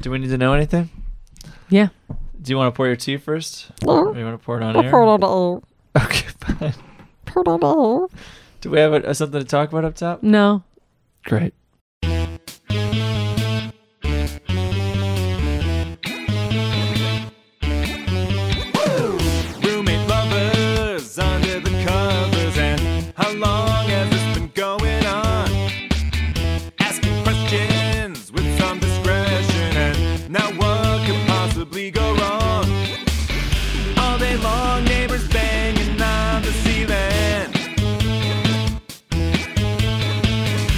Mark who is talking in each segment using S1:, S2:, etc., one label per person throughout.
S1: Do we need to know anything?
S2: Yeah.
S1: Do you want to pour your tea first? Or you want to pour it on
S3: I'll
S1: air?
S3: pour it on
S1: Okay, fine.
S3: air. Pour it on air.
S1: Do we have a, something to talk about up top?
S2: No.
S1: Great.
S4: Roommate lovers under the covers, and how long has this been going on? Asking questions with some discretion, and now what could possibly go wrong? All day long, neighbors banging on the ceiling.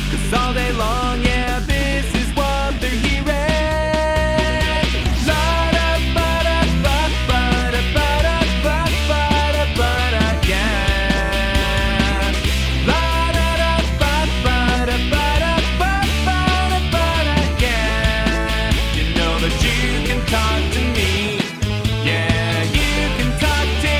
S4: 'Cause all day long, yeah, this is what they're hearing. La-da-ba-da-ba-ba-da-ba-da-ba-ba-da, yeah. La-da-da-ba-ba-da-ba-da-ba-da-ba-da, yeah. You know that you can talk to me. Yeah, you can talk to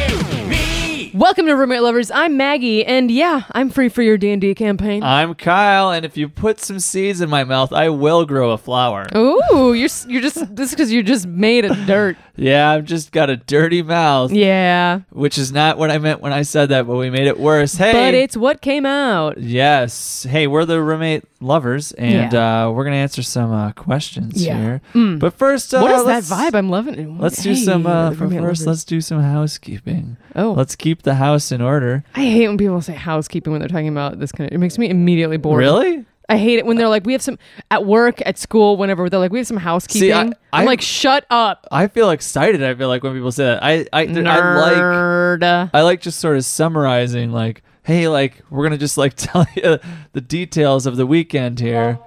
S4: me.
S2: Welcome to Roommate Lovers. I'm Maggie, and yeah, I'm free for your D and D campaign.
S1: I'm Kyle, and if you put some seeds in my mouth, I will grow a flower.
S2: Oh. Ooh, you're s- you're just this because you're just made of dirt.
S1: Yeah, I've just got a dirty mouth,
S2: Yeah,
S1: which is not what I meant when I said that, but we made it worse. Hey.
S2: but it's what came out.
S1: Yes. Hey, we're the roommate lovers, and uh, we're gonna answer some uh, questions
S2: Yeah. Mm.
S1: here. But first, uh,
S2: what is that
S1: let's-
S2: vibe? I'm loving it.
S1: Let's do
S2: Hey,
S1: some. Uh,
S2: the
S1: for
S2: Roommate
S1: first,
S2: Lovers.
S1: let's do some housekeeping.
S2: Oh,
S1: Let's keep the house in order.
S2: I hate when people say housekeeping when they're talking about this kind of. It makes me immediately bored.
S1: Really?
S2: I hate it when they're like, we have some at work, at school, whenever they're like, we have some housekeeping.
S1: I-
S2: I'm,
S1: I-
S2: like, shut up,
S1: I feel excited. I feel like when people say that, I I, th- I like
S2: nerd.
S1: I like just sort of summarizing like. Hey, like we're gonna just like tell you the details of the weekend here.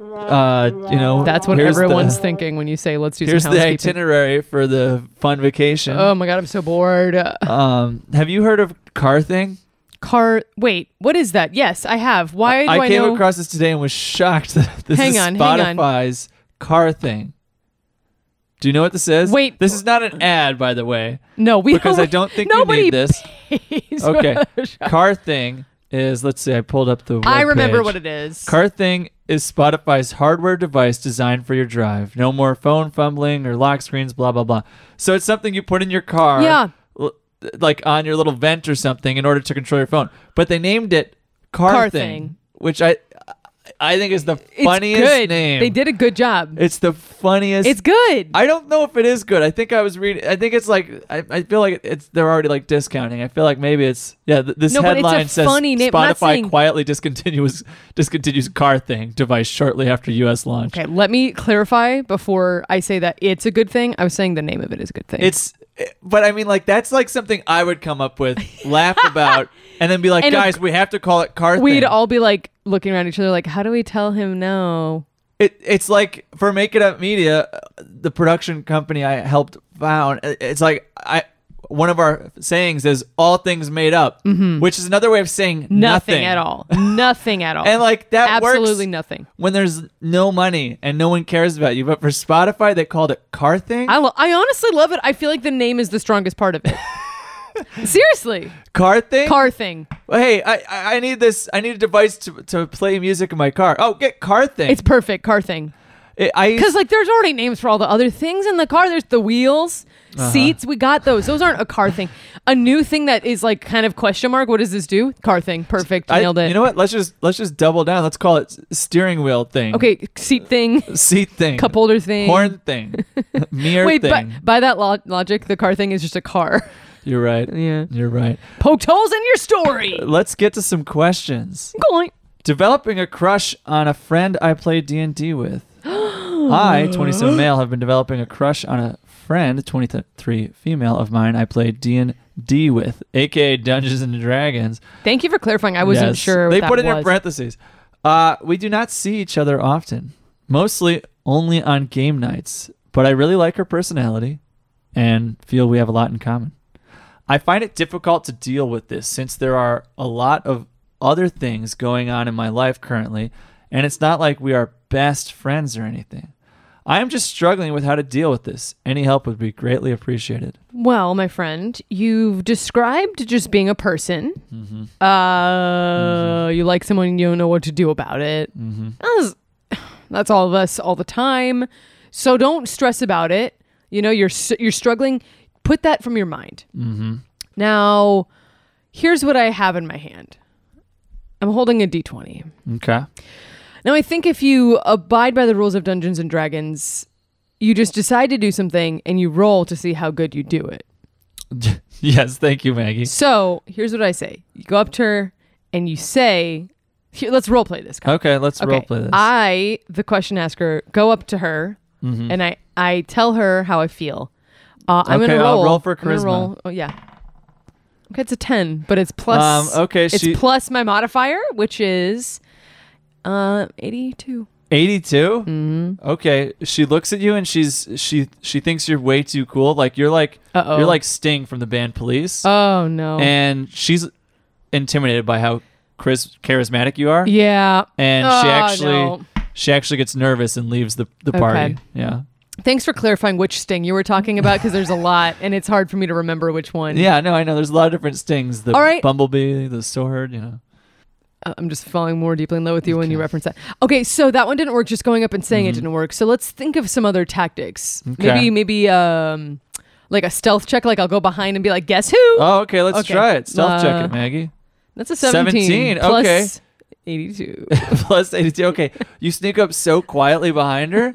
S1: Uh, you know,
S2: That's what
S1: here's the-
S2: everyone's thinking when you say, let's do
S1: Here's
S2: some
S1: the
S2: housekeeping.
S1: itinerary for the fun vacation.
S2: oh my god, I'm so bored. Uh,
S1: Um, have you heard of car thing?
S2: Car. Wait, what is that? Yes, I have. Why do I,
S1: I came
S2: know?
S1: across this today and was shocked that this
S2: Hang
S1: is
S2: on, hang on.
S1: Spotify's car thing. Do you know what this is?
S2: Wait.
S1: this is not an ad, by the way,
S2: no, we
S1: because I don't think
S2: nobody
S1: you need this.
S2: pays for
S1: Okay,
S2: the show.
S1: car thing is. Let's see. I pulled up the.
S2: I
S1: webpage.
S2: remember what it is.
S1: Car thing is Spotify's hardware device designed for your drive. No more phone fumbling or lock screens. Blah blah blah. So it's something you put in your car.
S2: Yeah.
S1: l- Like on your little vent or something in order to control your phone. But they named it car,
S2: Car
S1: thing,
S2: Thing.
S1: which I I think is the
S2: it's
S1: funniest
S2: good.
S1: name.
S2: They did a good job.
S1: It's the funniest.
S2: It's good.
S1: I don't know if it is good. I think I was reading. I think it's like I, I feel like it's they're already like discounting. I feel like maybe it's yeah. Th- this
S2: No, but it's a
S1: headline says
S2: funny name. I'm not
S1: Spotify
S2: saying-
S1: quietly discontinues discontinues car thing device shortly after U.S. launch.
S2: Okay, let me clarify before I say that it's a good thing. I was saying the name of it is a good thing.
S1: It's but I mean like that's like something I would come up with, laugh about, and then be like,
S2: And of
S1: guys, we have to call it car
S2: we'd
S1: thing.
S2: all be like looking around each other like, how do we tell him no?
S1: It, it's like for Make It Up Media, uh, the production company I helped found. i- It's like I one of our sayings is "all things made up," which is another way of saying
S2: Mm-hmm. Nothing,
S1: nothing,
S2: at all. nothing at all.
S1: And like that
S2: absolutely
S1: works
S2: nothing.
S1: when there's no money and no one cares about you. But for Spotify, they called it car thing.
S2: I lo- I honestly love it. I feel like the name is the strongest part of it. Seriously,
S1: car thing.
S2: car thing.
S1: hey, I- I I need this. I need a device to, to play music in my car. Oh, get car thing.
S2: It's perfect. Car thing.
S1: It- I
S2: Because like there's already names for all the other things in the car. There's the wheels,
S1: Uh-huh.
S2: seats. We got those. Those aren't a car thing. A new thing that is like kind of question mark. What does this do? Car thing. Perfect.
S1: I-
S2: Nailed it.
S1: You know what? Let's just let's just double down. Let's call it s- steering wheel thing.
S2: Okay, seat thing,
S1: Seat thing.
S2: cup holder thing.
S1: Horn thing. Mirror
S2: Wait, but
S1: thing.
S2: by that lo- logic, the car thing is just a car.
S1: You're right.
S2: Yeah.
S1: You're right.
S2: Poked holes in your story.
S1: Let's get to some questions.
S2: Goink.
S1: Developing a crush on a friend I play D&D with. I, 27 male, have been developing a crush on a friend, 23 female of mine I play D&D with, aka Dungeons and Dragons.
S2: Thank you for clarifying. I wasn't
S1: Yes.
S2: sure. what
S1: They
S2: that
S1: put it in
S2: was.
S1: parentheses. Uh, we do not see each other often, mostly only on game nights. But I really like her personality, and feel we have a lot in common. I find it difficult to deal with this since there are a lot of other things going on in my life currently, and it's not like we are best friends or anything. I am just struggling with how to deal with this. Any help would be greatly appreciated.
S2: Well, my friend, you've described just being a person. Uh, You like someone, and you don't know what to do about it. That's, that's all of us all the time. So don't stress about it. You know, you're s- you're struggling. Put that from your mind. Mm-hmm. Now, here's what I have in my hand. I'm holding a d20.
S1: Okay.
S2: Now, I think if you abide by the rules of Dungeons and Dragons, you just decide to do something and you roll to see how good you do it.
S1: yes, thank you, Maggie.
S2: So here's what I say: you go up to her and you say, here, "Let's role play this." Kyle.
S1: Okay, let's role play this.
S2: I, the question asker, go up to her
S1: Mm-hmm.
S2: and I I tell her how I feel. Uh, I'm
S1: Okay,
S2: gonna
S1: I'll
S2: roll.
S1: roll for
S2: I'm gonna
S1: charisma.
S2: roll- Oh yeah. Okay, it's a ten, but it's plus.
S1: Um, okay,
S2: it's
S1: she-
S2: plus my modifier, which is uh, eighty-two.
S1: 82? Mm-hmm. Okay. She looks at you and she's she she thinks you're way too cool. Like you're like
S2: Uh-oh.
S1: you're like Sting from the band Police.
S2: Oh no.
S1: And she's intimidated by how charis- charismatic you are.
S2: yeah.
S1: And she
S2: Oh,
S1: actually
S2: no.
S1: she actually gets nervous and leaves the, the party.
S2: Okay.
S1: Yeah.
S2: Thanks for clarifying which sting you were talking about because there's a lot and it's hard for me to remember which one.
S1: Yeah, no, I know. There's a lot of different stings. The
S2: All right.
S1: bumblebee, the sword, you know.
S2: I- I'm just falling more deeply in love with you when you reference that. Okay, so that one didn't work. Just going up and saying it didn't work. So let's think of some other tactics.
S1: Mm-hmm. Okay.
S2: Maybe, maybe um, like a stealth check. Like I'll go behind and be like, "Guess who?"
S1: Oh, okay, let's
S2: Okay.
S1: try it. Stealth check
S2: Uh,
S1: it, Maggie.
S2: That's a seventeen.
S1: 17,
S2: plus
S1: okay.
S2: Eighty-two.
S1: Plus 82. Okay, you sneak up so quietly behind her.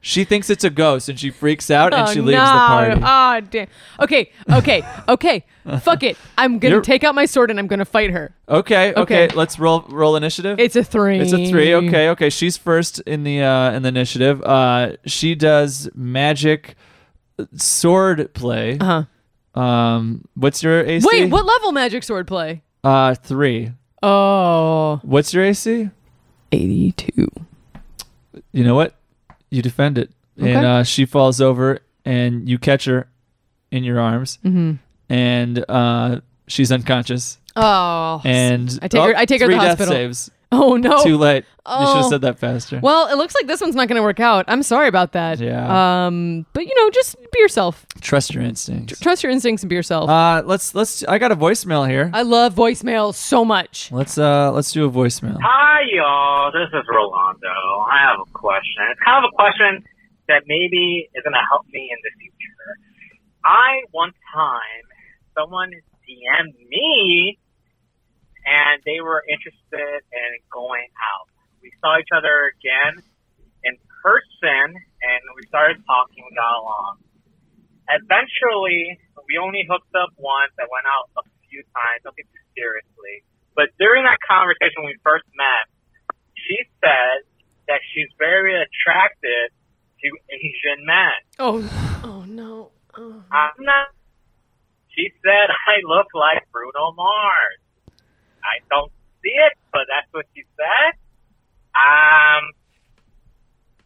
S1: she thinks it's a ghost and she freaks out and
S2: Oh,
S1: she leaves
S2: no.
S1: the party.
S2: Oh, damn. Okay, okay, okay. Fuck it. I'm gonna
S1: You're-
S2: take out my sword and I'm gonna fight her.
S1: Okay, okay,
S2: Okay.
S1: let's roll roll initiative.
S2: It's a three.
S1: It's a three. Okay, okay. She's first in the uh, in the initiative. Uh, she does magic sword play.
S2: Uh-huh.
S1: Um, what's your AC?
S2: Wait, what level magic sword play?
S1: Uh, three.
S2: Oh,
S1: What's your AC?
S2: 82.
S1: You know what? You defend it,
S2: Okay.
S1: and uh, she falls over, and you catch her in your arms,
S2: Mm-hmm.
S1: and uh, she's unconscious.
S2: Oh.
S1: And
S2: I take her- I take her to
S1: three
S2: the
S1: death
S2: hospital.
S1: saves.
S2: oh, no.
S1: Too late. You should have
S2: Oh.
S1: said that faster.
S2: Well, it looks like this one's not going to work out. I'm sorry about that.
S1: Yeah.
S2: Um, but you know, just be yourself.
S1: Trust your instincts.
S2: Trust your instincts and be yourself.
S1: Uh, let's let's. I got a voicemail here.
S2: I love voicemail so much.
S1: Let's uh let's do a voicemail.
S4: Hi, y'all. This is Rolando. I have a question. It's kind of a question that maybe is going to help me in the future. I, one time, someone DM'd me and they were interested in going out. We saw each other again in person and we started talking, we got along. Eventually, we only hooked up once. I went out a few times, nothing too seriously. But during that conversation when we first met, she said that she's very attracted to Asian men.
S2: Oh, oh no. Oh.
S4: I'm not. She said I look like Bruno Mars. I don't see it, but that's what she said. Um,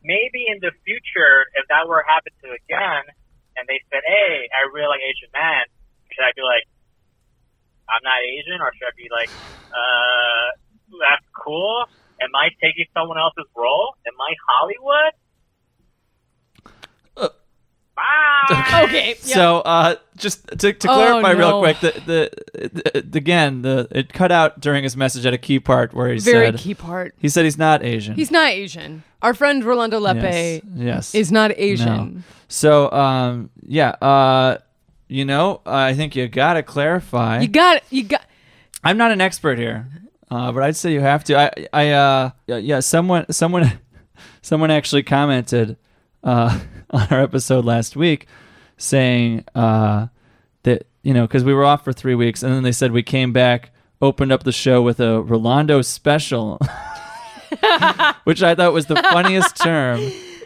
S4: maybe in the future, if that were to happen to again, and they said, "Hey, I really like Asian men," should I be like, "I'm not Asian," or should I be like, "Uh, that's cool"? Am I taking someone else's role? Am I Hollywood? Bye.
S2: Okay. Yeah.
S1: So uh just to, to
S2: Oh,
S1: clarify real
S2: no.
S1: quick, the, the, the again the it cut out during his message at a key part where he
S2: Very
S1: said
S2: key part.
S1: he said he's not Asian.
S2: He's not Asian. Our friend Rolando Lepe
S1: yes. yes.
S2: is not Asian.
S1: No. So um yeah uh you know I think you gotta clarify.
S2: You got. You got.
S1: I'm not an expert here, uh, but I'd say you have to. I, I, uh, yeah, yeah, someone, someone, someone actually commented uh, on our episode last week saying uh, that you know because we were off for three weeks, and then they said we came back, opened up the show with a Rolando special, which I thought was the funniest term.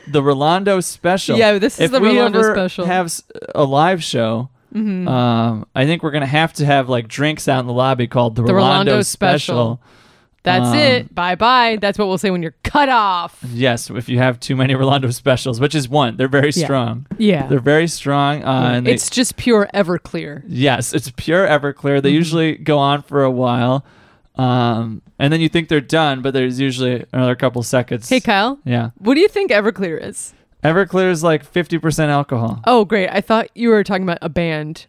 S1: The Rolando special.
S2: Yeah, this is
S1: if
S2: the
S1: we
S2: Rolando
S1: ever
S2: special.
S1: Have s- a live show.
S2: Mm-hmm.
S1: Um, I think we're gonna have to have like drinks out in the lobby called the,
S2: The
S1: Rolando,
S2: Rolando
S1: special.
S2: Special. That's
S1: Um,
S2: it. Bye bye. That's what we'll say when you're cut off.
S1: Yes, if you have too many Rolando specials, which is one, they're very strong.
S2: Yeah.
S1: they're very strong. Uh, and they-
S2: it's just pure Everclear.
S1: yes, it's pure Everclear.
S2: Mm-hmm.
S1: They usually go on for a while, um, and then you think they're done, but there's usually another couple seconds.
S2: Hey Kyle,
S1: yeah,
S2: what do you think Everclear is?
S1: Everclear is like fifty percent alcohol.
S2: Oh, great. I thought you were talking about a band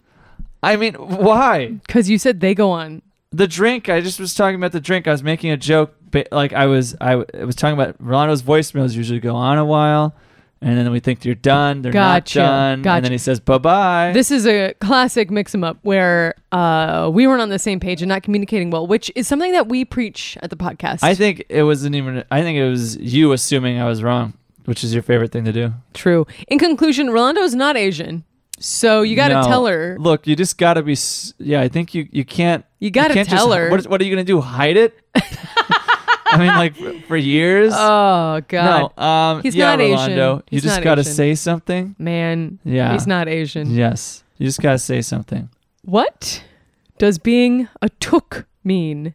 S1: I mean, why?
S2: because you said they go on.
S1: the drink i just was talking about the drink i was making a joke ba- like i was i w- was talking about rollando's voicemails usually go on a while And then we think you're done. They're
S2: Gotcha,
S1: not done.
S2: gotcha.
S1: And then he says bye bye.
S2: This is a classic mix 'em up where uh, we weren't on the same page and not communicating well, which is something that we preach at the podcast.
S1: I think it wasn't even. I think it was you assuming I was wrong, which is your favorite thing to do.
S2: True. In conclusion, Rolando is not Asian, so you got to
S1: No.
S2: tell her.
S1: Look, you just gotta be. s- Yeah, I think you you can't.
S2: You gotta
S1: can't just-
S2: tell her.
S1: What, what are you gonna do? Hide it? I mean, like for, for years.
S2: Oh God,
S1: no, um,
S2: He's
S1: yeah,
S2: not Asian.
S1: Rolando, you
S2: He's
S1: just
S2: not
S1: gotta
S2: Asian.
S1: say something.
S2: man.
S1: Yeah.
S2: he's not Asian.
S1: Yes, you just gotta say something.
S2: What does being a took mean?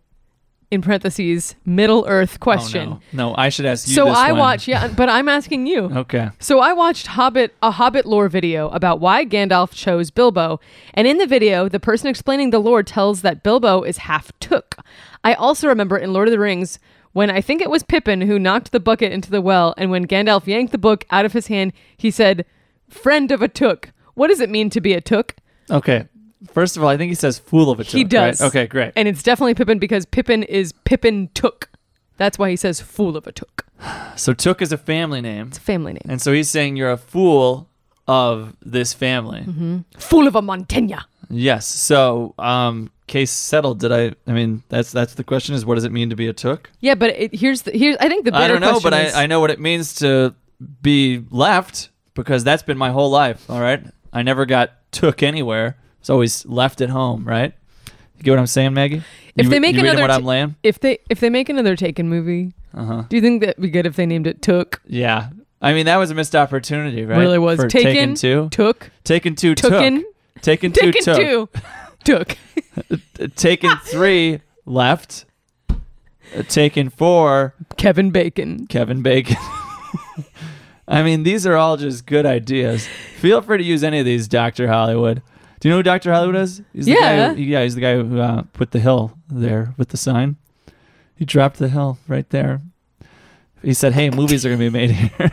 S2: In parentheses, Middle Earth question.
S1: Oh, no. no, I should ask you.
S2: So
S1: this
S2: I
S1: one.
S2: watch, yeah, but I'm asking you.
S1: Okay.
S2: So I watched Hobbit a Hobbit lore video about why Gandalf chose Bilbo, and in the video, the person explaining the lore tells that Bilbo is half took. I also remember in Lord of the Rings when I think it was Pippin who knocked the bucket into the well, and when Gandalf yanked the book out of his hand, he said, "Friend of a took." What does it mean to be a took?
S1: Okay. First of all, I think he says "fool of a joke."
S2: He
S1: right?
S2: does.
S1: Okay, great.
S2: And it's definitely Pippin because Pippin is Pippin took. That's why he says "fool of a took."
S1: so "took" is a family name,
S2: It's a family name.
S1: and so he's saying you're a fool of this family.
S2: Mm-hmm. Fool of a Montaigne.
S1: Yes. So, um, case settled. Did I? I mean, that's that's the question: is what does it mean to be a took?
S2: Yeah, but it, here's the, here's I think the better
S1: I don't know,
S2: question
S1: but
S2: is-
S1: I, I know what it means to be left because that's been my whole life. All right, I never got took anywhere. It's always left at home. Right? You get what I'm saying, Maggie?
S2: If
S1: You-
S2: they make
S1: you reading
S2: another
S1: what
S2: t-
S1: I'm laying.
S2: if they if they make another Taken movie,
S1: Uh-huh.
S2: do you think that'd be good if they named it Took?
S1: Yeah. I mean, that was a missed opportunity, right?
S2: Really was
S1: For Taken
S2: Taken,
S1: two.
S2: Took
S1: Taken two.
S2: Tooken?
S1: Took. Taken two.
S2: Taken
S1: took.
S2: two Took.
S1: Uh, Taken three. Left. Uh, Taken four.
S2: Kevin Bacon.
S1: Kevin Bacon. I mean, these are all just good ideas. Feel free to use any of these, Doctor Hollywood. Do you know who Doctor Hollywood is? He's the
S2: Yeah.
S1: Guy who, yeah, he's the guy who uh, put the hill there with the sign. He dropped the hill right there. He said, "Hey, movies are gonna be made here."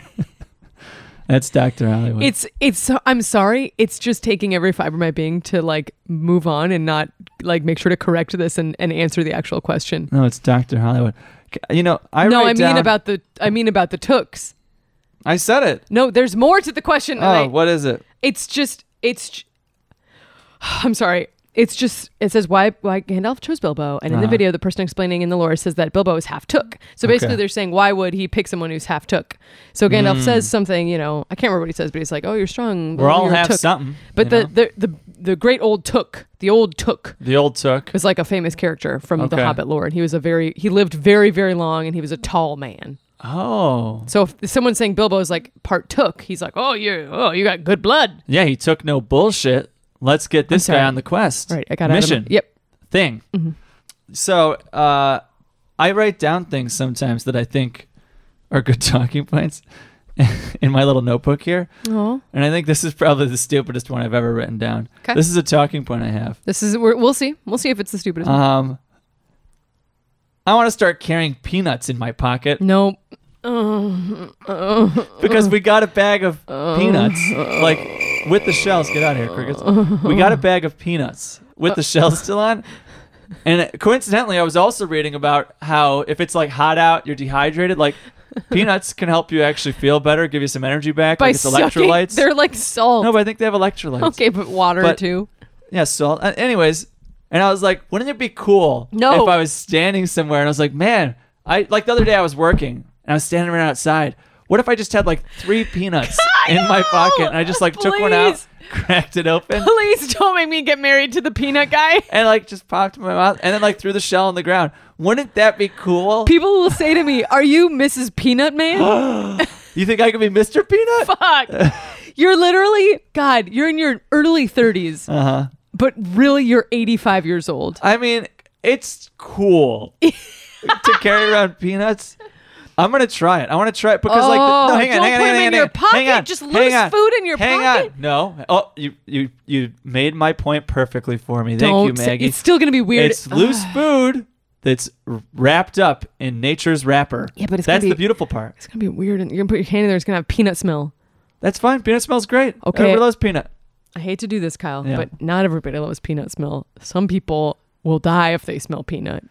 S1: That's Doctor Hollywood.
S2: It's it's I'm sorry, it's just taking every fiber of my being to like move on and not like make sure to correct this and, and answer the actual question.
S1: no, it's Doctor Hollywood. C- You know, I
S2: no,
S1: write
S2: I mean
S1: down-
S2: about the I mean about the Tooks.
S1: I said it.
S2: No, there's more to the question. than
S1: Oh,
S2: I-
S1: what is it?
S2: it's just it's j- i'm sorry it's just it says why why gandalf chose bilbo and in the
S1: Uh-huh.
S2: video the person explaining in the lore says that bilbo is half took so basically
S1: Okay.
S2: they're saying why would he pick someone who's half took so gandalf says something you know i can't remember what he says but he's like oh you're strong
S1: Hmm. We're all
S2: you're a
S1: half
S2: took."
S1: something.
S2: but
S1: you
S2: the,
S1: know?
S2: the the the great old took the old took
S1: the old took.
S2: was like a famous character from
S1: Okay.
S2: the hobbit lore and he was a very he lived very very long and he was a tall man
S1: Oh,
S2: so if someone's saying bilbo is like part took he's like oh you oh you got good blood
S1: Yeah, he took no bullshit. Let's get this
S2: sorry.
S1: guy on the quest.
S2: right i got out
S1: mission.
S2: of Mm-hmm. my- yep
S1: thing. So uh, I write down things sometimes that I think are good talking points in my little notebook here,
S2: oh
S1: and I think this is probably the stupidest one I've ever written down.
S2: 'Kay.
S1: This is a talking point I have.
S2: This is we're, we'll see. We'll see if it's the stupidest. one.
S1: Um, I want to start carrying peanuts in my pocket
S2: no,
S1: because we got a bag of peanuts, like with the shells. Get out of here, crickets. We got a bag of peanuts with the shells still on. And coincidentally, I was also reading about how if it's like hot out, you're dehydrated. Like peanuts can help you actually feel better, give you some energy back.
S2: by
S1: like it's
S2: sucking,
S1: electrolytes.
S2: they're like salt.
S1: no, but I think they have electrolytes.
S2: okay, but water
S1: but-
S2: too.
S1: Yeah, salt. Uh, anyways, and I was like, wouldn't it be cool
S2: No.
S1: if I was standing somewhere and I was like, man, I like the other day I was working and I was standing around outside. What if I just had like three peanuts in my pocket and I just like took one out,
S2: Please.
S1: cracked it open,
S2: Please don't make me get married to the peanut guy.
S1: and like just popped in my mouth and then like threw the shell on the ground? Wouldn't that be cool?
S2: People will say to me, "Are you Mrs. Peanut Man?"
S1: you think I could be Mr. Peanut?
S2: Fuck. You're literally God. You're in your early 30s, uh-huh. but really you're 85 years old.
S1: I mean, it's cool to carry around peanuts. I'm gonna try it. I want to try it because, like,
S2: Oh,
S1: no, hang on,
S2: don't
S1: hang on, hang
S2: put 'em
S1: on,
S2: in
S1: hang
S2: your
S1: on,
S2: pocket.
S1: hang on,
S2: Just
S1: hang
S2: loose
S1: on,
S2: food in your
S1: hang
S2: pocket.
S1: On. No, oh, you, you, you made my point perfectly for me. Thank
S2: don't
S1: you,
S2: say-
S1: Maggie.
S2: It's still gonna be weird. Ah,
S1: It's loose food that's wrapped up in nature's wrapper.
S2: Yeah, but it's gonna
S1: that's the
S2: be-
S1: beautiful part.
S2: It's gonna be weird, and you're gonna put your hand in there. It's gonna have peanut smell.
S1: That's fine. Peanut smells great.
S2: Okay.
S1: everybody loves peanut.
S2: I hate to do this, Kyle,
S1: Yeah.
S2: but not everybody loves peanut smell. Some people will die if they smell peanut.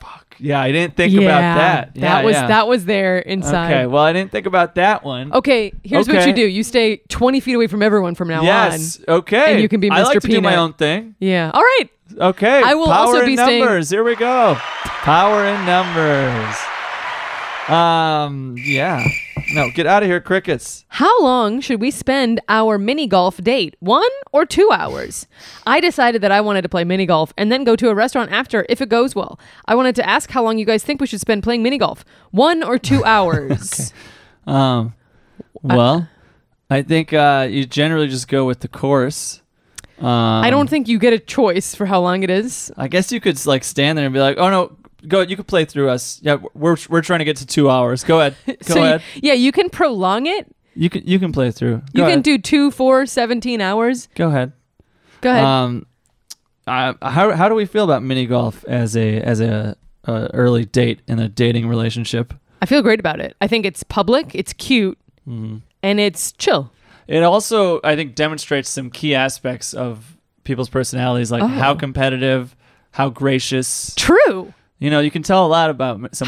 S1: Fuck. Yeah, I didn't think about that. Yeah,
S2: that was
S1: yeah.
S2: that was there inside.
S1: Okay, well, I didn't think about that one.
S2: Okay, here's what
S1: Okay.
S2: you do. You stay 20 feet away from everyone from now
S1: Yes.
S2: on.
S1: Okay.
S2: And you can be
S1: I
S2: Mr.
S1: like to do my
S2: Peanut.
S1: own thing.
S2: Yeah. All right.
S1: Okay.
S2: I will
S1: Power
S2: also
S1: in
S2: be staying-
S1: numbers. Here we go. Power in numbers. Um. Yeah. No. Get out of here, crickets.
S2: How long should we spend our mini golf date? One or two hours? I decided that I wanted to play mini golf and then go to a restaurant after if it goes well. I wanted to ask how long you guys think we should spend playing mini golf. One or two hours?
S1: Um.
S2: Uh,
S1: Well, I think uh, you generally just go with the course. Um,
S2: I don't think you get a choice for how long it is.
S1: I guess you could like stand there and be like, "Oh no, go. You could play through us. Yeah, we're we're trying to get to two hours. Go ahead. Go
S2: so you-
S1: ahead.
S2: yeah, you can prolong it.
S1: You, can you can play through. Go
S2: You can
S1: ahead.
S2: do two, four, 17 hours.
S1: Go ahead.
S2: Go ahead.
S1: Um, I, how how do we feel about mini golf as a as a, a early date in a dating relationship?
S2: I feel great about it. I think it's public, it's cute,
S1: Mm-hmm.
S2: and it's chill.
S1: It also I think demonstrates some key aspects of people's personalities, like how
S2: Oh.
S1: competitive, how gracious.
S2: True.
S1: You know, you can tell a lot about some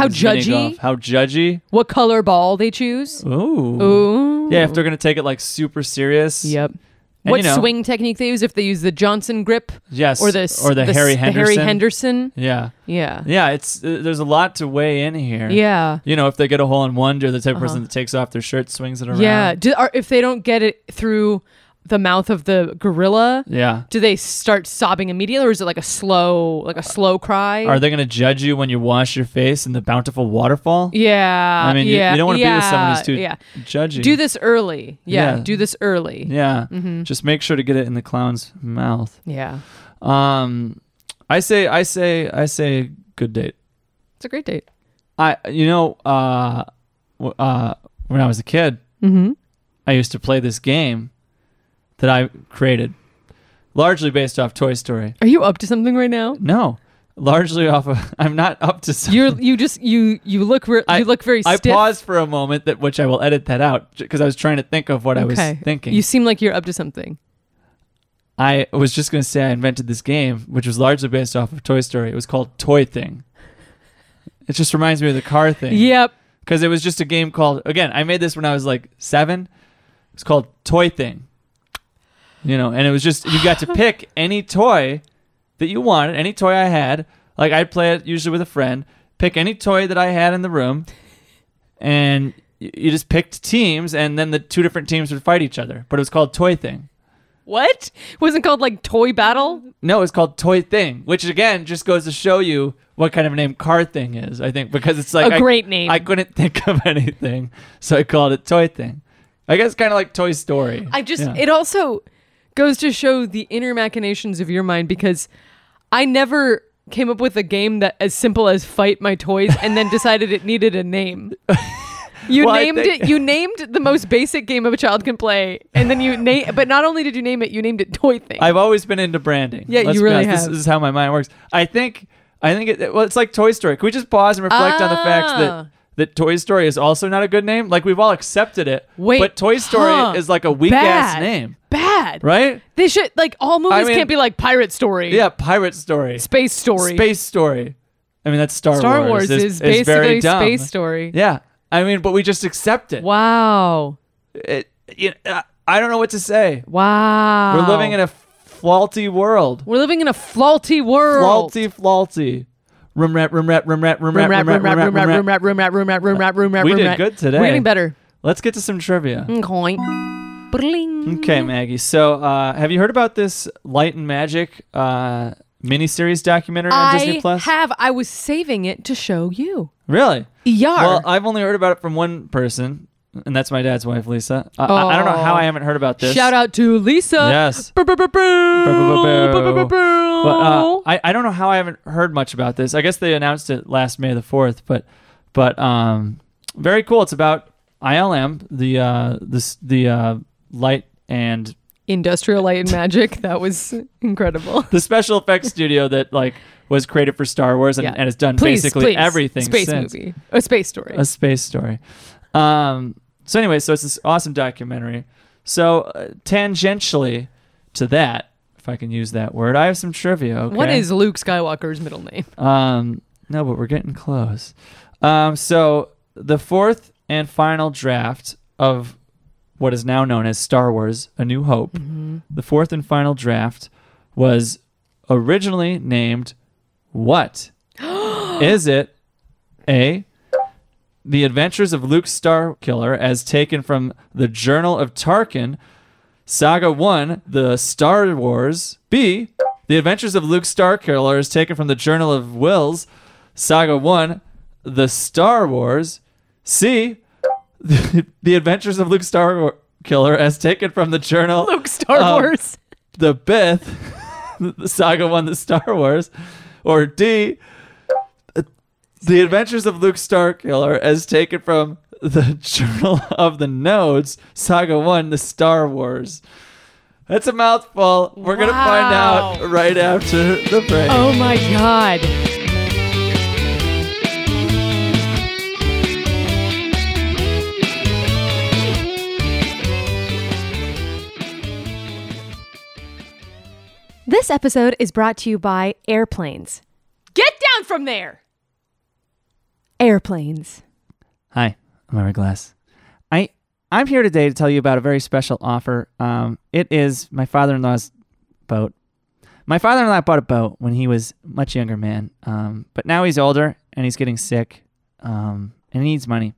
S1: mini
S2: judgy?
S1: golf, how judgy.
S2: What color ball they
S1: Mm-hmm.
S2: choose?
S1: Ooh.
S2: Ooh.
S1: Yeah, if they're gonna take it like super serious.
S2: Yep.
S1: And,
S2: what
S1: you know-
S2: swing technique they use? If they use the Johnson grip
S1: Yes.
S2: or the s-
S1: or the,
S2: s-
S1: Harry
S2: the
S1: Henderson.
S2: Henderson.
S1: Yeah.
S2: Yeah.
S1: Yeah, it's uh, there's a lot to weigh in here.
S2: Yeah. Uh-huh.
S1: You know, if they get a hole in one, you're the type of person that takes off their shirt, swings it around.
S2: Yeah. Do, are, if they don't get it through the mouth of the gorilla,
S1: Yeah.
S2: do they start sobbing immediately, or is it like a slow, like a slow cry?
S1: Are they going to judge you when you wash your face in the bountiful waterfall?
S2: yeah.
S1: I mean, you-
S2: yeah,
S1: you, don't want to be with someone who's
S2: yeah,
S1: too
S2: Yeah.
S1: judgy.
S2: Do Mm-hmm. this early. Yeah.
S1: Yeah.
S2: Do this early.
S1: Yeah. Just make sure to get it in the clown's mouth.
S2: yeah.
S1: Um, I say, I say, I say, good date.
S2: It's a great date.
S1: I, you know, uh, w- uh, when I was a kid,
S2: Mm-hmm.
S1: I used to play this game that I created, largely based off Toy Story.
S2: Are you up to something right now?
S1: No, largely off of. I'm not up to. Something.
S2: You're you just you you look re-
S1: I-
S2: you look very
S1: I
S2: stiff.
S1: paused for a moment, that which I will edit that out because I was trying to think of what I was thinking.
S2: You seem like you're up to something.
S1: I was just going to say I invented this game, which was largely based off of Toy Story. It was called Toy Thing. It just reminds me of the car thing.
S2: Yep.
S1: Because it was just a game called, again, I made this when I was like seven. It's called Toy Thing. You know, and it was just, you got to pick any toy that you wanted, any toy I had. Like I'd play it usually with a friend, pick any toy that I had in the room, and y- you just picked teams, and then the two different teams would fight each other. But it was called Toy Thing.
S2: What? Wasn't called like toy battle?
S1: No, it's called Toy Thing, which again just goes to show you what kind of name Car Thing is. I think because it's like
S2: A
S1: I-
S2: great name.
S1: I couldn't think of anything, so I called it Toy Thing. I guess kind of like Toy Story.
S2: I just
S1: Yeah.
S2: it also goes to show the inner machinations of your mind because I never came up with a game that as simple as fight my toys and then decided it needed a name. You
S1: Well, I
S2: named
S1: think-
S2: it you named the most basic game of a child can play and then you name but not only did you name it you named it toy thing.
S1: I've always been into branding.
S2: Yeah,
S1: Let's
S2: you
S1: be
S2: really
S1: honest,
S2: have.
S1: This is how my mind works. I think I think it, well, it's like Toy Story. Can we just pause and reflect on the fact
S2: Ah.
S1: that that Toy Story is also not a good name? Like we've all accepted it.
S2: Wait,
S1: but Toy Story
S2: huh,
S1: is like a weak ass
S2: bad.
S1: name,
S2: Bad.
S1: right?
S2: They should like all movies
S1: mean-
S2: can't be like pirate story.
S1: Yeah, pirate story.
S2: Space story.
S1: Space story. I mean, that's Star,
S2: Star Wars is,
S1: very
S2: basically
S1: dumb.
S2: space story.
S1: Yeah. I mean, but we just accept it.
S2: Wow.
S1: It- you know, uh, I don't know what to say.
S2: Wow.
S1: We're living in a faulty world.
S2: We're living in a faulty world.
S1: Faulty, faulty. Room rat, room rat, room rat, room rat,
S2: Room rat,
S1: room
S2: room
S1: rat,
S2: rat, room rat, room
S1: room rat.
S2: rat, room rat, room rat, room rat, room rat,
S1: We
S2: room
S1: did
S2: rat.
S1: good today.
S2: We're getting better.
S1: Let's get to some trivia.
S2: Okay. Bling.
S1: Okay, Maggie. So, uh, have you heard about this Light and Magic uh, miniseries documentary on Disney
S2: I
S1: Plus?
S2: have. I was saving it to show you. E
S1: Really?
S2: Yar.
S1: Well, I've only heard about it from one person, and that's my dad's wife, Lisa. I, I I don't know
S2: Oh.
S1: how I haven't heard about this.
S2: Shout out to Lisa.
S1: Yes.
S2: Brr, brr, brr, brr. Brr, brr, brr, brr.
S1: But uh, I, I don't know how I haven't heard much about this. I guess they announced it last May the fourth, but but um, very cool. It's about ILM, the uh, this the uh, light and
S2: Industrial Light and Magic. That was incredible.
S1: the special effects studio that like was created for Star Wars and,
S2: Yeah.
S1: and has done
S2: Please,
S1: basically
S2: please.
S1: everything
S2: Space
S1: since.
S2: movie. A space story.
S1: a space story. Um, so anyway, so it's this awesome documentary. So uh, tangentially to that, if I can use that word, I have some trivia. Okay?
S2: What is Luke Skywalker's middle name?
S1: Um, No, but we're getting close. Um, so the fourth and final draft of what is now known as Star Wars: A New Hope, the fourth and final draft was originally named what? is it A? The Adventures of Luke Starkiller, as taken from the Journal of Tarkin, Saga 1, The Star Wars. B, The Adventures of Luke Starkiller is taken from the Journal of Wills, Saga 1, The Star Wars. C, The, the Adventures of Luke Starkiller as taken from the Journal
S2: Luke Star
S1: Um,
S2: Wars.
S1: The Bith, The Saga 1, The Star Wars. Or D, The Adventures of Luke Starkiller as taken from the Journal of the Nodes, Saga 1, The Star Wars. That's a mouthful. We're going to find
S2: Wow.
S1: out right after the break.
S2: Oh my god. This episode is brought to you by airplanes. Get down from there. Airplanes.
S1: Hi, I'm Ira Glass. I I'm here today to tell you about a very special offer. Um, it is my father-in-law's boat. My father-in-law bought a boat when he was a much younger man, um, but now he's older and he's getting sick, um, and he needs money.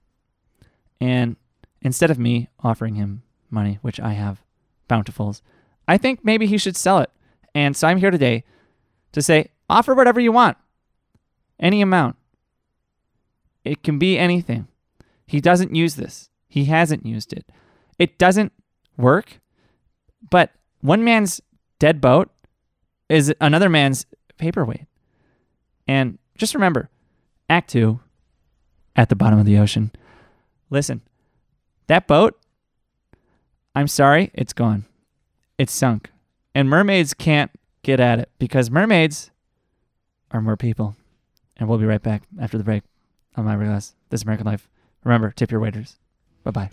S1: And instead of me offering him money, which I have bountifuls, I think maybe he should sell it. And so I'm here today to say, offer whatever you want, any amount. It can be anything. He doesn't use this. He hasn't used it. It doesn't work, but one man's dead boat is another man's paperweight. And just remember Act Two at the bottom of the ocean. Listen, that boat, I'm sorry, it's gone. It's sunk. And mermaids can't get at it because mermaids are more people. And we'll be right back after the break on My Glass. This is American Life. Remember, tip your waiters. Bye bye.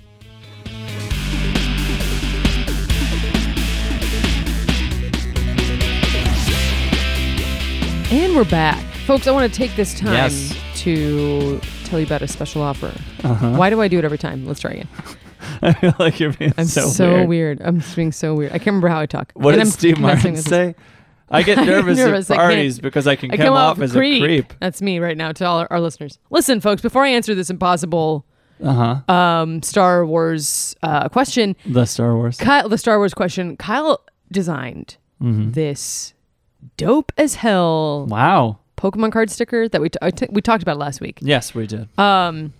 S2: And we're back. Folks, I want to take this time
S1: Yes.
S2: to tell you about a special offer.
S1: Uh-huh.
S2: Why do I do it every time? Let's try again.
S1: I feel like you're being
S2: I'm so, weird. I'm just being so weird. I can't remember how I talk.
S1: What
S2: And
S1: did
S2: I'm
S1: Steve Martin
S2: messing with-
S1: say? I get
S2: I get
S1: nervous,
S2: nervous, I
S1: at
S2: can't-
S1: parties because I can
S2: I
S1: come, off
S2: off
S1: as
S2: creep.
S1: a creep.
S2: That's me right now to all our, our listeners. Listen, folks, before I answer this impossible
S1: Uh huh.
S2: um, Star Wars uh, question,
S1: the Star Wars.
S2: Kyle, the Star Wars question, Kyle designed
S1: Hmm? Mm-hmm.
S2: this dope as hell
S1: Wow.
S2: Pokemon card sticker that we t- I t- we talked about last week.
S1: Yes, we did.
S2: Um,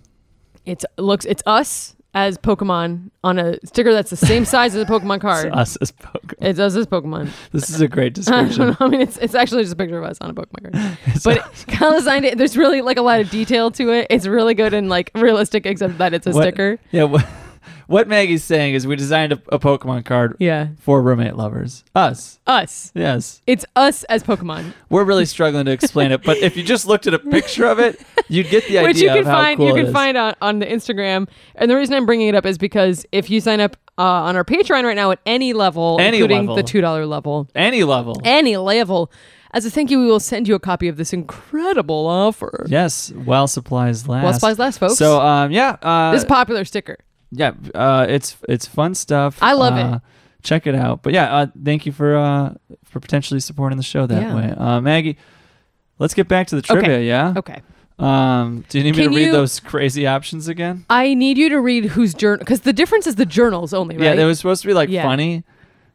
S2: it's looks it's us as Pokemon on a sticker that's the same size as a Pokemon card.
S1: Us as Pokemon.
S2: It's us as Pokemon.
S1: This is a great
S2: I don't know.
S1: description.
S2: I mean, it's, it's actually just a picture of us on a Pokemon card.
S1: It's
S2: But
S1: us.
S2: Kyle designed it. There's really like a lot of detail to it. It's really good and like realistic, except that it's a
S1: What-
S2: sticker.
S1: Yeah. What, what Maggie's saying is we designed a, a Pokemon card
S2: Yeah.
S1: for roommate lovers. Us.
S2: Us.
S1: Yes.
S2: It's us as Pokemon,
S1: We're really struggling to explain it, but if you just looked at a picture of it, you'd get the idea
S2: which you
S1: of
S2: can
S1: how
S2: find
S1: cool
S2: you
S1: it
S2: can
S1: is.
S2: find on, on the Instagram. And the reason I'm bringing it up is because if you sign up uh, on our Patreon right now at any level,
S1: Any
S2: including
S1: level.
S2: the two dollar level,
S1: any level.
S2: any level, as a thank you, we will send you a copy of this incredible offer.
S1: Yes, while supplies last.
S2: While supplies last, folks.
S1: So um, yeah, uh,
S2: This is a popular sticker.
S1: yeah, uh, it's it's fun stuff.
S2: I love
S1: Uh,
S2: it.
S1: Check it out. But yeah, uh, thank you for uh, for potentially supporting the show that
S2: Yeah.
S1: way, uh, Maggie. Let's get back to the trivia. Yeah.
S2: Okay.
S1: Um, do you need me
S2: Can
S1: to read
S2: you-
S1: those crazy options again?
S2: I need you to read whose journal, because the difference is the journals only, right?
S1: Yeah, it was supposed to be like
S2: Yeah.
S1: funny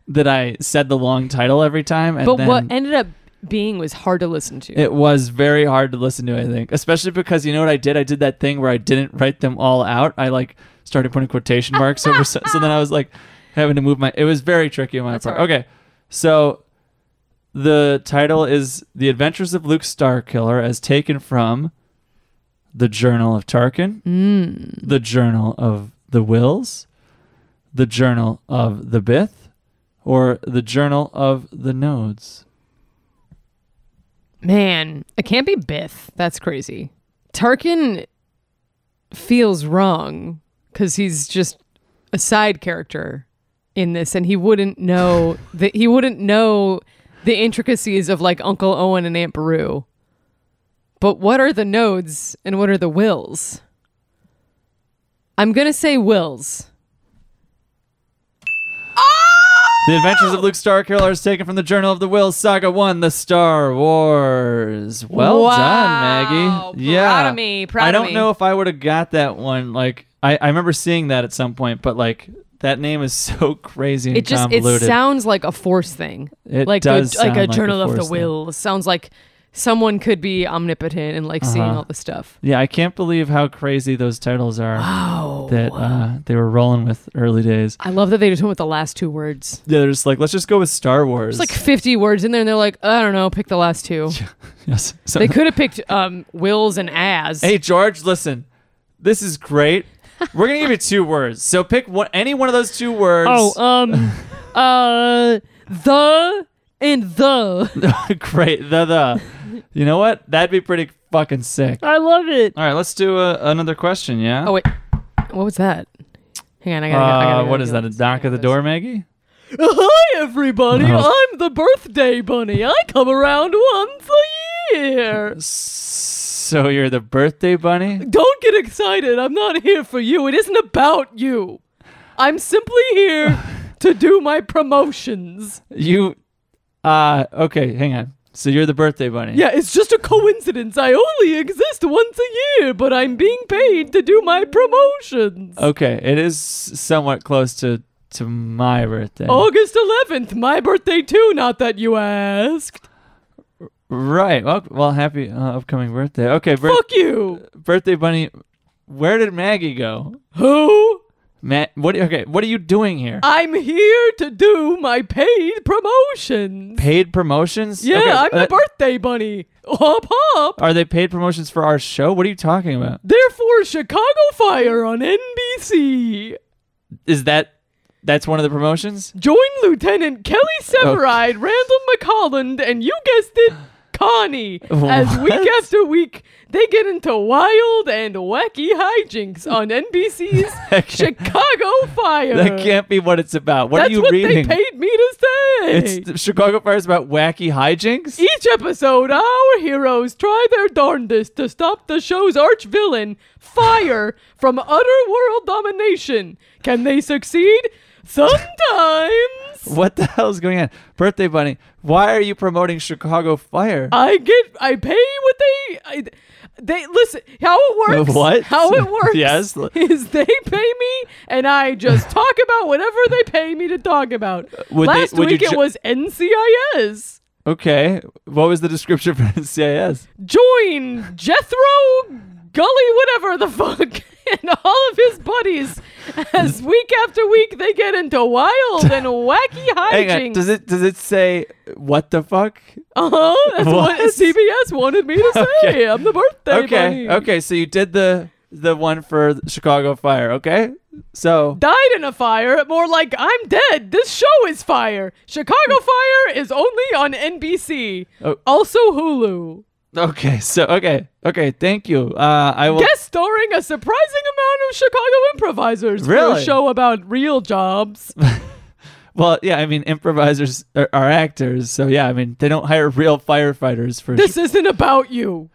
S1: that I said the long title every time, and
S2: but
S1: then
S2: what ended up being was hard to listen to.
S1: It was very hard to listen to, I think, especially because you know what I did? I did that thing where I didn't write them all out. I like started putting quotation marks over, so, so then I was like having to move my. It was very tricky on my
S2: That's
S1: part.
S2: all right.
S1: Okay, so the title is "The Adventures of Luke Starkiller," as taken from the Journal of Tarkin, the Journal of the Wills, the Journal of the Bith, or the Journal of the Nodes.
S2: Man, it can't be Biff. That's crazy. Tarkin feels wrong because he's just a side character in this, and he wouldn't know that he wouldn't know the intricacies of like Uncle Owen and Aunt Beru. But what are the nodes and what are the wills? I'm going to say wills.
S1: The Adventures of Luke Starkiller is taken from the Journal of the Will Saga 1, The Star Wars. Well
S2: Wow.
S1: done,
S2: Proud
S1: Maggie. Yeah.
S2: of me, proud
S1: I
S2: of
S1: don't
S2: me.
S1: know if I would have got that one. Like, I, I remember seeing that at some point, but like, that name is so crazy and
S2: It just
S1: convoluted.
S2: it sounds like a force thing.
S1: It
S2: like
S1: does
S2: a, like
S1: sound
S2: a
S1: like a
S2: journal of the
S1: force thing.
S2: will. Sounds like someone could be omnipotent and like
S1: Uh-huh.
S2: seeing all the stuff.
S1: yeah, I can't believe how crazy those titles are
S2: Oh.
S1: that uh, they were rolling with early days.
S2: I love that they just went with the last two words.
S1: Yeah, they're just like, let's just go with Star Wars.
S2: It's like 50 words in there and they're like, I don't know, pick the last two.
S1: yes. So-
S2: They could have picked um, wills and as.
S1: Hey George, listen. This is great. We're gonna give you two words. So pick one, any one of those two words.
S2: Oh, um, uh, the and the.
S1: great. The the. You know what? That'd be pretty fucking sick.
S2: I love it.
S1: All right, let's do uh another question. Yeah.
S2: Oh wait, what was that? Hang on, I gotta. I
S1: uh,
S2: gotta
S1: what is that? A knock at the door, Maggie?
S2: Hi everybody,
S1: No.
S2: I'm the birthday bunny. I come around once a year.
S1: So you're the birthday bunny?
S2: Don't get excited. I'm not here for you. It isn't about you. I'm simply here to do my promotions.
S1: You. Uh. Okay. Hang on. So you're the birthday bunny.
S2: Yeah, it's just a coincidence. I only exist once a year, but I'm being paid to do my promotions.
S1: Okay. It is somewhat close to to my birthday.
S2: August 11th, my birthday too, not that you asked.
S1: Right. Well, well happy uh, upcoming birthday. Okay. Birth-
S2: Fuck you.
S1: birthday bunny where did maggie go
S2: Who?
S1: matt what okay what are you doing here
S2: I'm here to do my paid promotions.
S1: paid promotions
S2: Yeah,
S1: Okay,
S2: I'm the
S1: uh,
S2: birthday bunny. Hop hop.
S1: are they paid promotions for our show what are you talking about
S2: Therefore, Chicago Fire on NBC.
S1: is that that's one of the promotions
S2: Join Lieutenant Kelly Severide, Randall McColland, and you guessed it, Connie. As week
S1: What?
S2: after week, they get into wild and wacky hijinks on NBC's
S1: That can't-
S2: Chicago Fire.
S1: that can't be what it's about what
S2: Uh, That's
S1: are you
S2: what
S1: reading
S2: they paid me to say.
S1: it's the chicago fire's about wacky hijinks
S2: Each episode, our heroes try their darndest to stop the show's arch villain, Fire, from utter world domination. Can they succeed? Sometimes.
S1: what the hell is going on birthday bunny why are you promoting chicago fire
S2: I get, I pay what they, I, they listen. How it works?
S1: What?
S2: How it works?
S1: Yes.
S2: is they pay me and I just talk about whatever they pay me to talk about.
S1: Would they-
S2: Last
S1: would you
S2: week it
S1: ju-
S2: was NCIS.
S1: okay what was the description for cis
S2: join Jethro Gully, whatever the fuck, and all of his buddies as week after week they get into wild and wacky
S1: hang on does
S2: hijinks.
S1: it does it say what the fuck
S2: Uh huh. That's what?
S1: What?
S2: CBS wanted me to say.
S1: Okay.
S2: I'm the birthday
S1: okay
S2: bunny.
S1: okay so you did the the one for the chicago fire okay so
S2: Died in a fire, more like I'm dead. This show is fire. Chicago Fire is only on
S1: Mm.
S2: NBC,
S1: Oh.
S2: also Hulu.
S1: okay so okay okay thank you uh i will
S2: Guest starring a surprising amount of Chicago improvisers for a
S1: Really?
S2: show about real jobs.
S1: well yeah i mean improvisers are, are actors so yeah i mean they don't hire real firefighters for
S2: This isn't about you.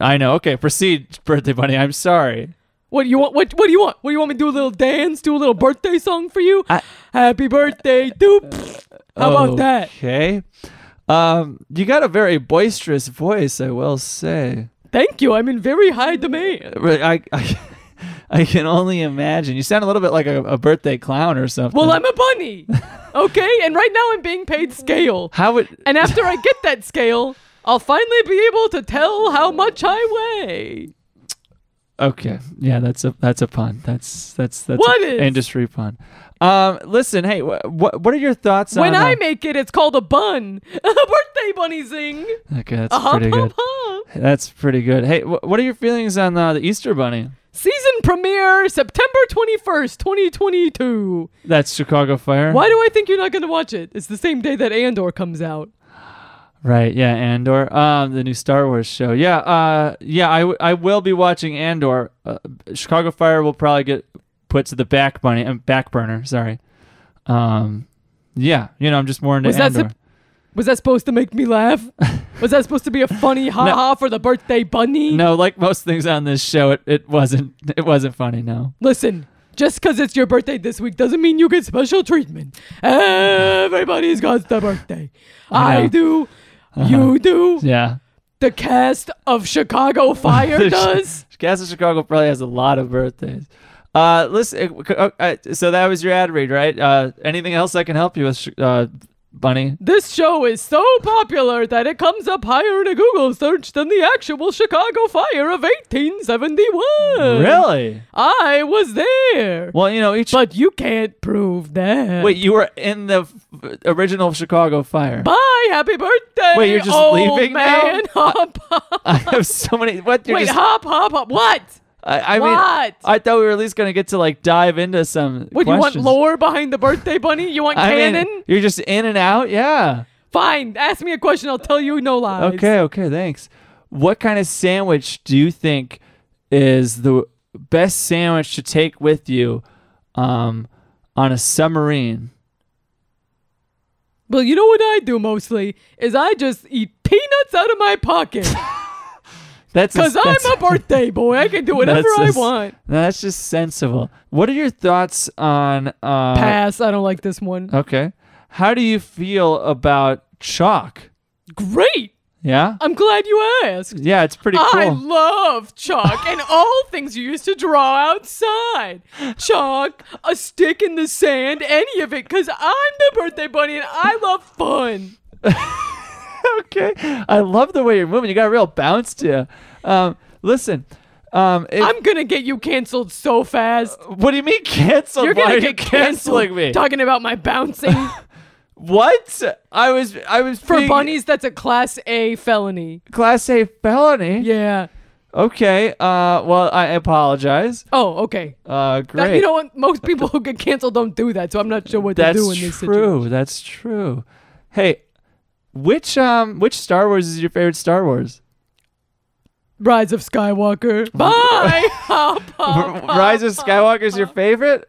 S1: i know okay proceed birthday bunny i'm sorry
S2: What do you want? What, what do you want? What do you want me to do? A little dance? Do a little birthday song for you?
S1: I- Oh.
S2: Happy birthday, dude. How about that?
S1: okay um you got a very boisterous voice i will say
S2: Thank you. I'm in very high demand.
S1: Right, i i, I can only imagine you sound a little bit like a, a birthday clown or something
S2: Well, I'm a bunny. Okay? And right now I'm being paid scale.
S1: how would
S2: And after I get that scale, I'll finally be able to tell how much I weigh.
S1: Okay. Yeah, that's a that's a pun. That's that's that's
S2: What
S1: a
S2: is?
S1: industry pun. Um, listen, hey, wh- what what are your thoughts
S2: When
S1: on? uh,
S2: I make it, it's called a bun. a birthday bunny zing. Uh-huh,
S1: okay, that's
S2: A hop,
S1: pretty
S2: hop,
S1: good.
S2: hop.
S1: That's pretty good. Hey, wh- what are your feelings on uh, the Easter Bunny?
S2: Season premiere September 21st, 2022.
S1: That's Chicago Fire.
S2: Why do I think you're not going to watch it? It's the same day that Andor comes out.
S1: Right. Yeah, Andor. Um, the new Star Wars show. Yeah. Uh, yeah. I, w- I will be watching Andor. Uh, Chicago Fire will probably get put to the back bunny and back burner. Sorry. Um, yeah. You know, I'm just more into
S2: Was that
S1: Andor.
S2: sup- Was that supposed to make me laugh? Was that supposed to be a funny ha ha for the birthday bunny?
S1: No, like most things on this show, it, it wasn't it wasn't funny. No,
S2: Listen, just because it's your birthday this week doesn't mean you get special treatment. Everybody's got the birthday.
S1: I
S2: I
S1: know. Uh-huh.
S2: do. You do.
S1: yeah.
S2: The cast of Chicago Fire
S1: The Ch-
S2: does.
S1: Cast of Chicago probably has a lot of birthdays. Uh, listen. uh, uh, uh, So that was your ad read, right? Uh, anything else I can help you with, Sh- uh, Bunny?
S2: This show is so popular that it comes up higher in a Google search than the actual Chicago Fire of 1871.
S1: Really?
S2: I was there.
S1: Well, you know, each.
S2: But you can't prove that.
S1: wait, you were in the f- original Chicago Fire.
S2: Bye, happy birthday.
S1: Wait, you're just
S2: old
S1: leaving now?
S2: man. Hop, hop.
S1: I have so many. What? You're
S2: Wait,
S1: just,
S2: hop, hop, hop. What?
S1: I, I mean,
S2: what?
S1: I thought we were at least gonna get to like dive into some.
S2: What do you want
S1: questions.
S2: lore behind the birthday bunny? You want
S1: I mean,
S2: canon?
S1: you're just in and out. Yeah.
S2: Fine. Ask me a question. I'll tell you no lies.
S1: Okay, okay, thanks. What kind of sandwich do you think is the best sandwich to take with you um, on a submarine?
S2: Well, you know what I do mostly is I just eat peanuts out of my pocket
S1: That's
S2: because
S1: that's-
S2: I'm a birthday boy. I can do whatever
S1: that's
S2: I
S1: just-
S2: want.
S1: That's just sensible. What are your thoughts on? Uh,
S2: Pass. I don't like this one.
S1: Okay, how do you feel about chalk?
S2: Great.
S1: Yeah,
S2: I'm glad you asked.
S1: yeah, it's pretty
S2: Uh, I
S1: cool.
S2: love chalk and all things you used to draw outside. Chalk, a stick in the sand, any of it, because I'm the birthday bunny and I love fun.
S1: okay, I love the way you're moving. You got a real bounce to you. Um, listen, um, if-
S2: I'm going to get you canceled so fast.
S1: what do you mean canceled?
S2: You're
S1: Uh, Why
S2: going
S1: are
S2: to
S1: you
S2: get canceled.
S1: canceling me?
S2: Talking about my bouncing.
S1: What? I was I was
S2: For
S1: being-
S2: bunnies, that's a class A felony.
S1: class A felony.
S2: Yeah.
S1: Okay. Uh. Well, I apologize.
S2: Oh, okay.
S1: Uh.
S2: That-
S1: Great.
S2: you know what? Most people who get canceled don't do that, so I'm not sure what
S1: That's
S2: to do in this
S1: true.
S2: situation.
S1: That's true. Hey, which um which Star Wars is your favorite Star Wars?
S2: Rise of Skywalker. Bye. Hop, hop, hop.
S1: Rise of Skywalker is your favorite.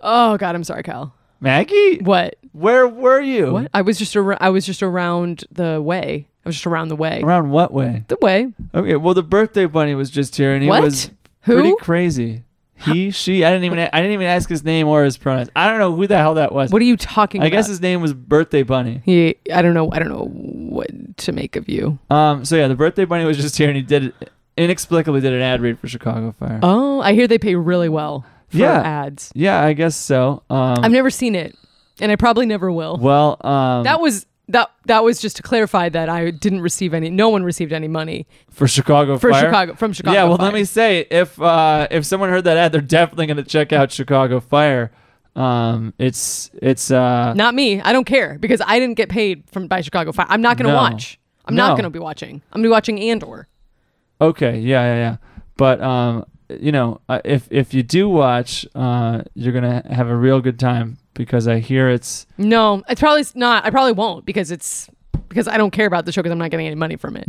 S2: Oh God, I'm sorry, Kyle.
S1: Maggie,
S2: What?
S1: where were you?
S2: What? I was just ar- I was just around the way. I was just around the way.
S1: Around what way?
S2: The way.
S1: Okay. Well, the birthday bunny was just here, and he
S2: What?
S1: was
S2: Who?
S1: pretty crazy. He, she. I didn't even. I didn't even ask his name or his pronouns. I don't know who the hell that was.
S2: what are you talking
S1: I
S2: about?
S1: guess his name was Birthday Bunny.
S2: he, I don't know. I don't know what to make of you.
S1: Um. So yeah, the Birthday Bunny was just here, and he did it, inexplicably did an ad read for Chicago Fire.
S2: Oh, I hear they pay really well for
S1: Yeah.
S2: ads.
S1: yeah, I guess so. Um.
S2: I've never seen it, and I probably never will.
S1: well, um,
S2: That was that. That was just to clarify that I didn't receive any. No one received any money
S1: for Chicago
S2: for
S1: Fire.
S2: Chicago from Chicago.
S1: yeah. Well,
S2: Fire.
S1: let me say, if uh, if someone heard that ad, they're definitely going to check out Chicago Fire. Um. It's it's uh.
S2: Not me. I don't care because I didn't get paid from by Chicago Fire. I'm not going to
S1: No.
S2: watch. I'm
S1: No.
S2: not going to be watching. I'm going to be watching Andor.
S1: Okay. Yeah. Yeah. Yeah. But um. You know, uh, if if you do watch, uh, you're gonna have a real good time because I hear it's
S2: No, it's probably s- not. I probably won't because it's because I don't care about the show because I'm not getting any money from it.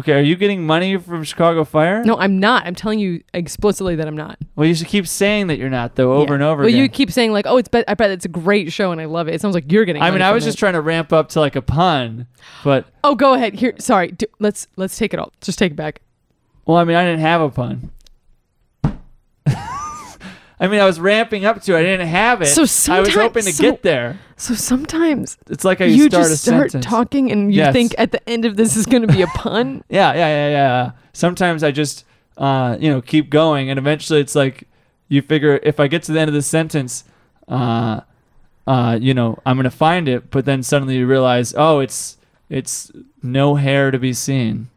S1: okay. Are you getting money from Chicago Fire?
S2: No, I'm not. I'm telling you explicitly that I'm not.
S1: Well, you should keep saying that you're not though, over
S2: Yeah.
S1: and over
S2: But
S1: again.
S2: you keep saying like, "Oh, it's bet. I bet it's a great show and I love it." It sounds like you're getting.
S1: I mean,
S2: money
S1: I
S2: from
S1: was just
S2: it.
S1: trying to ramp up to like a pun, but
S2: oh, go ahead. Here, sorry. Do, let's let's take it all. Just take it back.
S1: well, I mean, I didn't have a pun. I mean, I was ramping up to. it. I didn't have it.
S2: So
S1: I was hoping to
S2: sometimes- so-
S1: get there.
S2: So sometimes
S1: It's like I
S2: you
S1: start
S2: just
S1: a
S2: start
S1: sentence.
S2: talking and you
S1: Yes.
S2: think at the end of this is going to be a pun.
S1: Yeah, yeah, yeah, yeah. Sometimes I just, uh, you know, keep going, and eventually it's like you figure if I get to the end of the sentence, uh, uh, you know, I'm gonna find it, but then suddenly you realize, oh, it's it's no hair to be seen.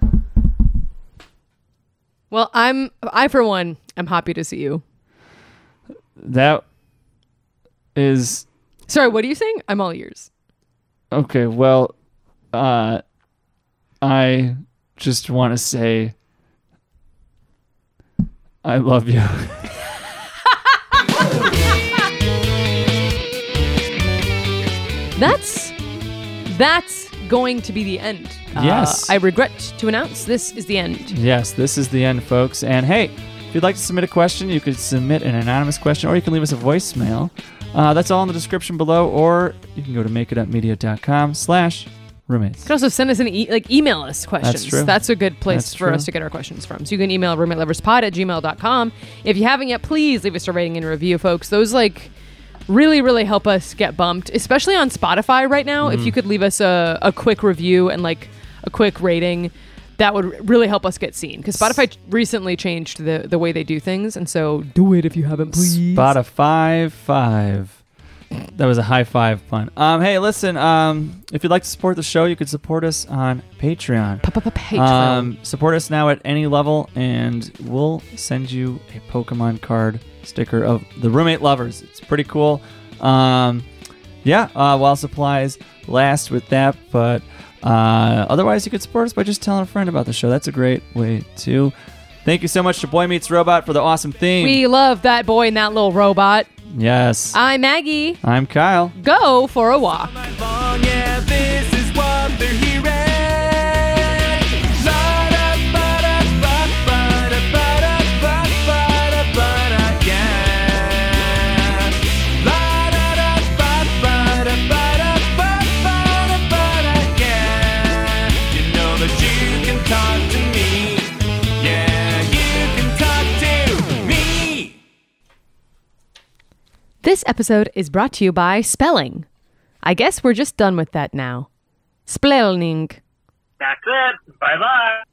S2: well, I'm I for one am happy to see you.
S1: That is
S2: Sorry, what are you saying? I'm all ears.
S1: okay. Well, uh, I just want to say I love you.
S2: That's that's going to be the end. Uh,
S1: Yes.
S2: I regret to announce this is the end.
S1: yes, this is the end, folks. And hey, If you'd like to submit a question, you could submit an anonymous question or you can leave us a voicemail. Uh, that's all in the description below, or you can go to makeitupmedia.com slash roommates.
S2: You can also send us an e- like email us questions.
S1: true.
S2: a good place
S1: That's
S2: for
S1: true.
S2: us to get our questions from. So you can email roommateloverspod at gmail.com. If you haven't yet, please leave us a rating and review, folks. Those like really, really help us get bumped, especially on Spotify right now. If you could leave us a, a quick review and like a quick rating, that would really help us get seen. Because Spotify recently changed the, the way they do things. And so do it if you haven't, please.
S1: Spotify five. That was a high five pun. Um, hey, listen. Um, if you'd like to support the show, you could support us on Patreon.
S2: Patreon.
S1: Um, support us now at any level, and we'll send you a Pokemon card sticker of the roommate lovers. It's pretty cool. Um, yeah, uh, while supplies last with that, but uh, otherwise, you could support us by just telling a friend about the show. That's a great way too. Thank you so much to Boy Meets Robot for the awesome theme.
S2: we love that boy and that little robot.
S1: yes.
S2: I'm Maggie.
S1: I'm Kyle.
S2: Go for a walk.
S4: night long. Yeah, this is what they're hearing. La-da-ba-da-ba-ba-da-ba-da-ba-da-ba-da, yeah. La-da-da-ba-ba-da-ba-da-ba-da-ba-da, yeah. You know that you can talk to me. Yeah, you can talk to me.
S2: This episode is brought to you by spelling. I guess we're just done with that now. Spelling.
S3: That's it. Bye bye.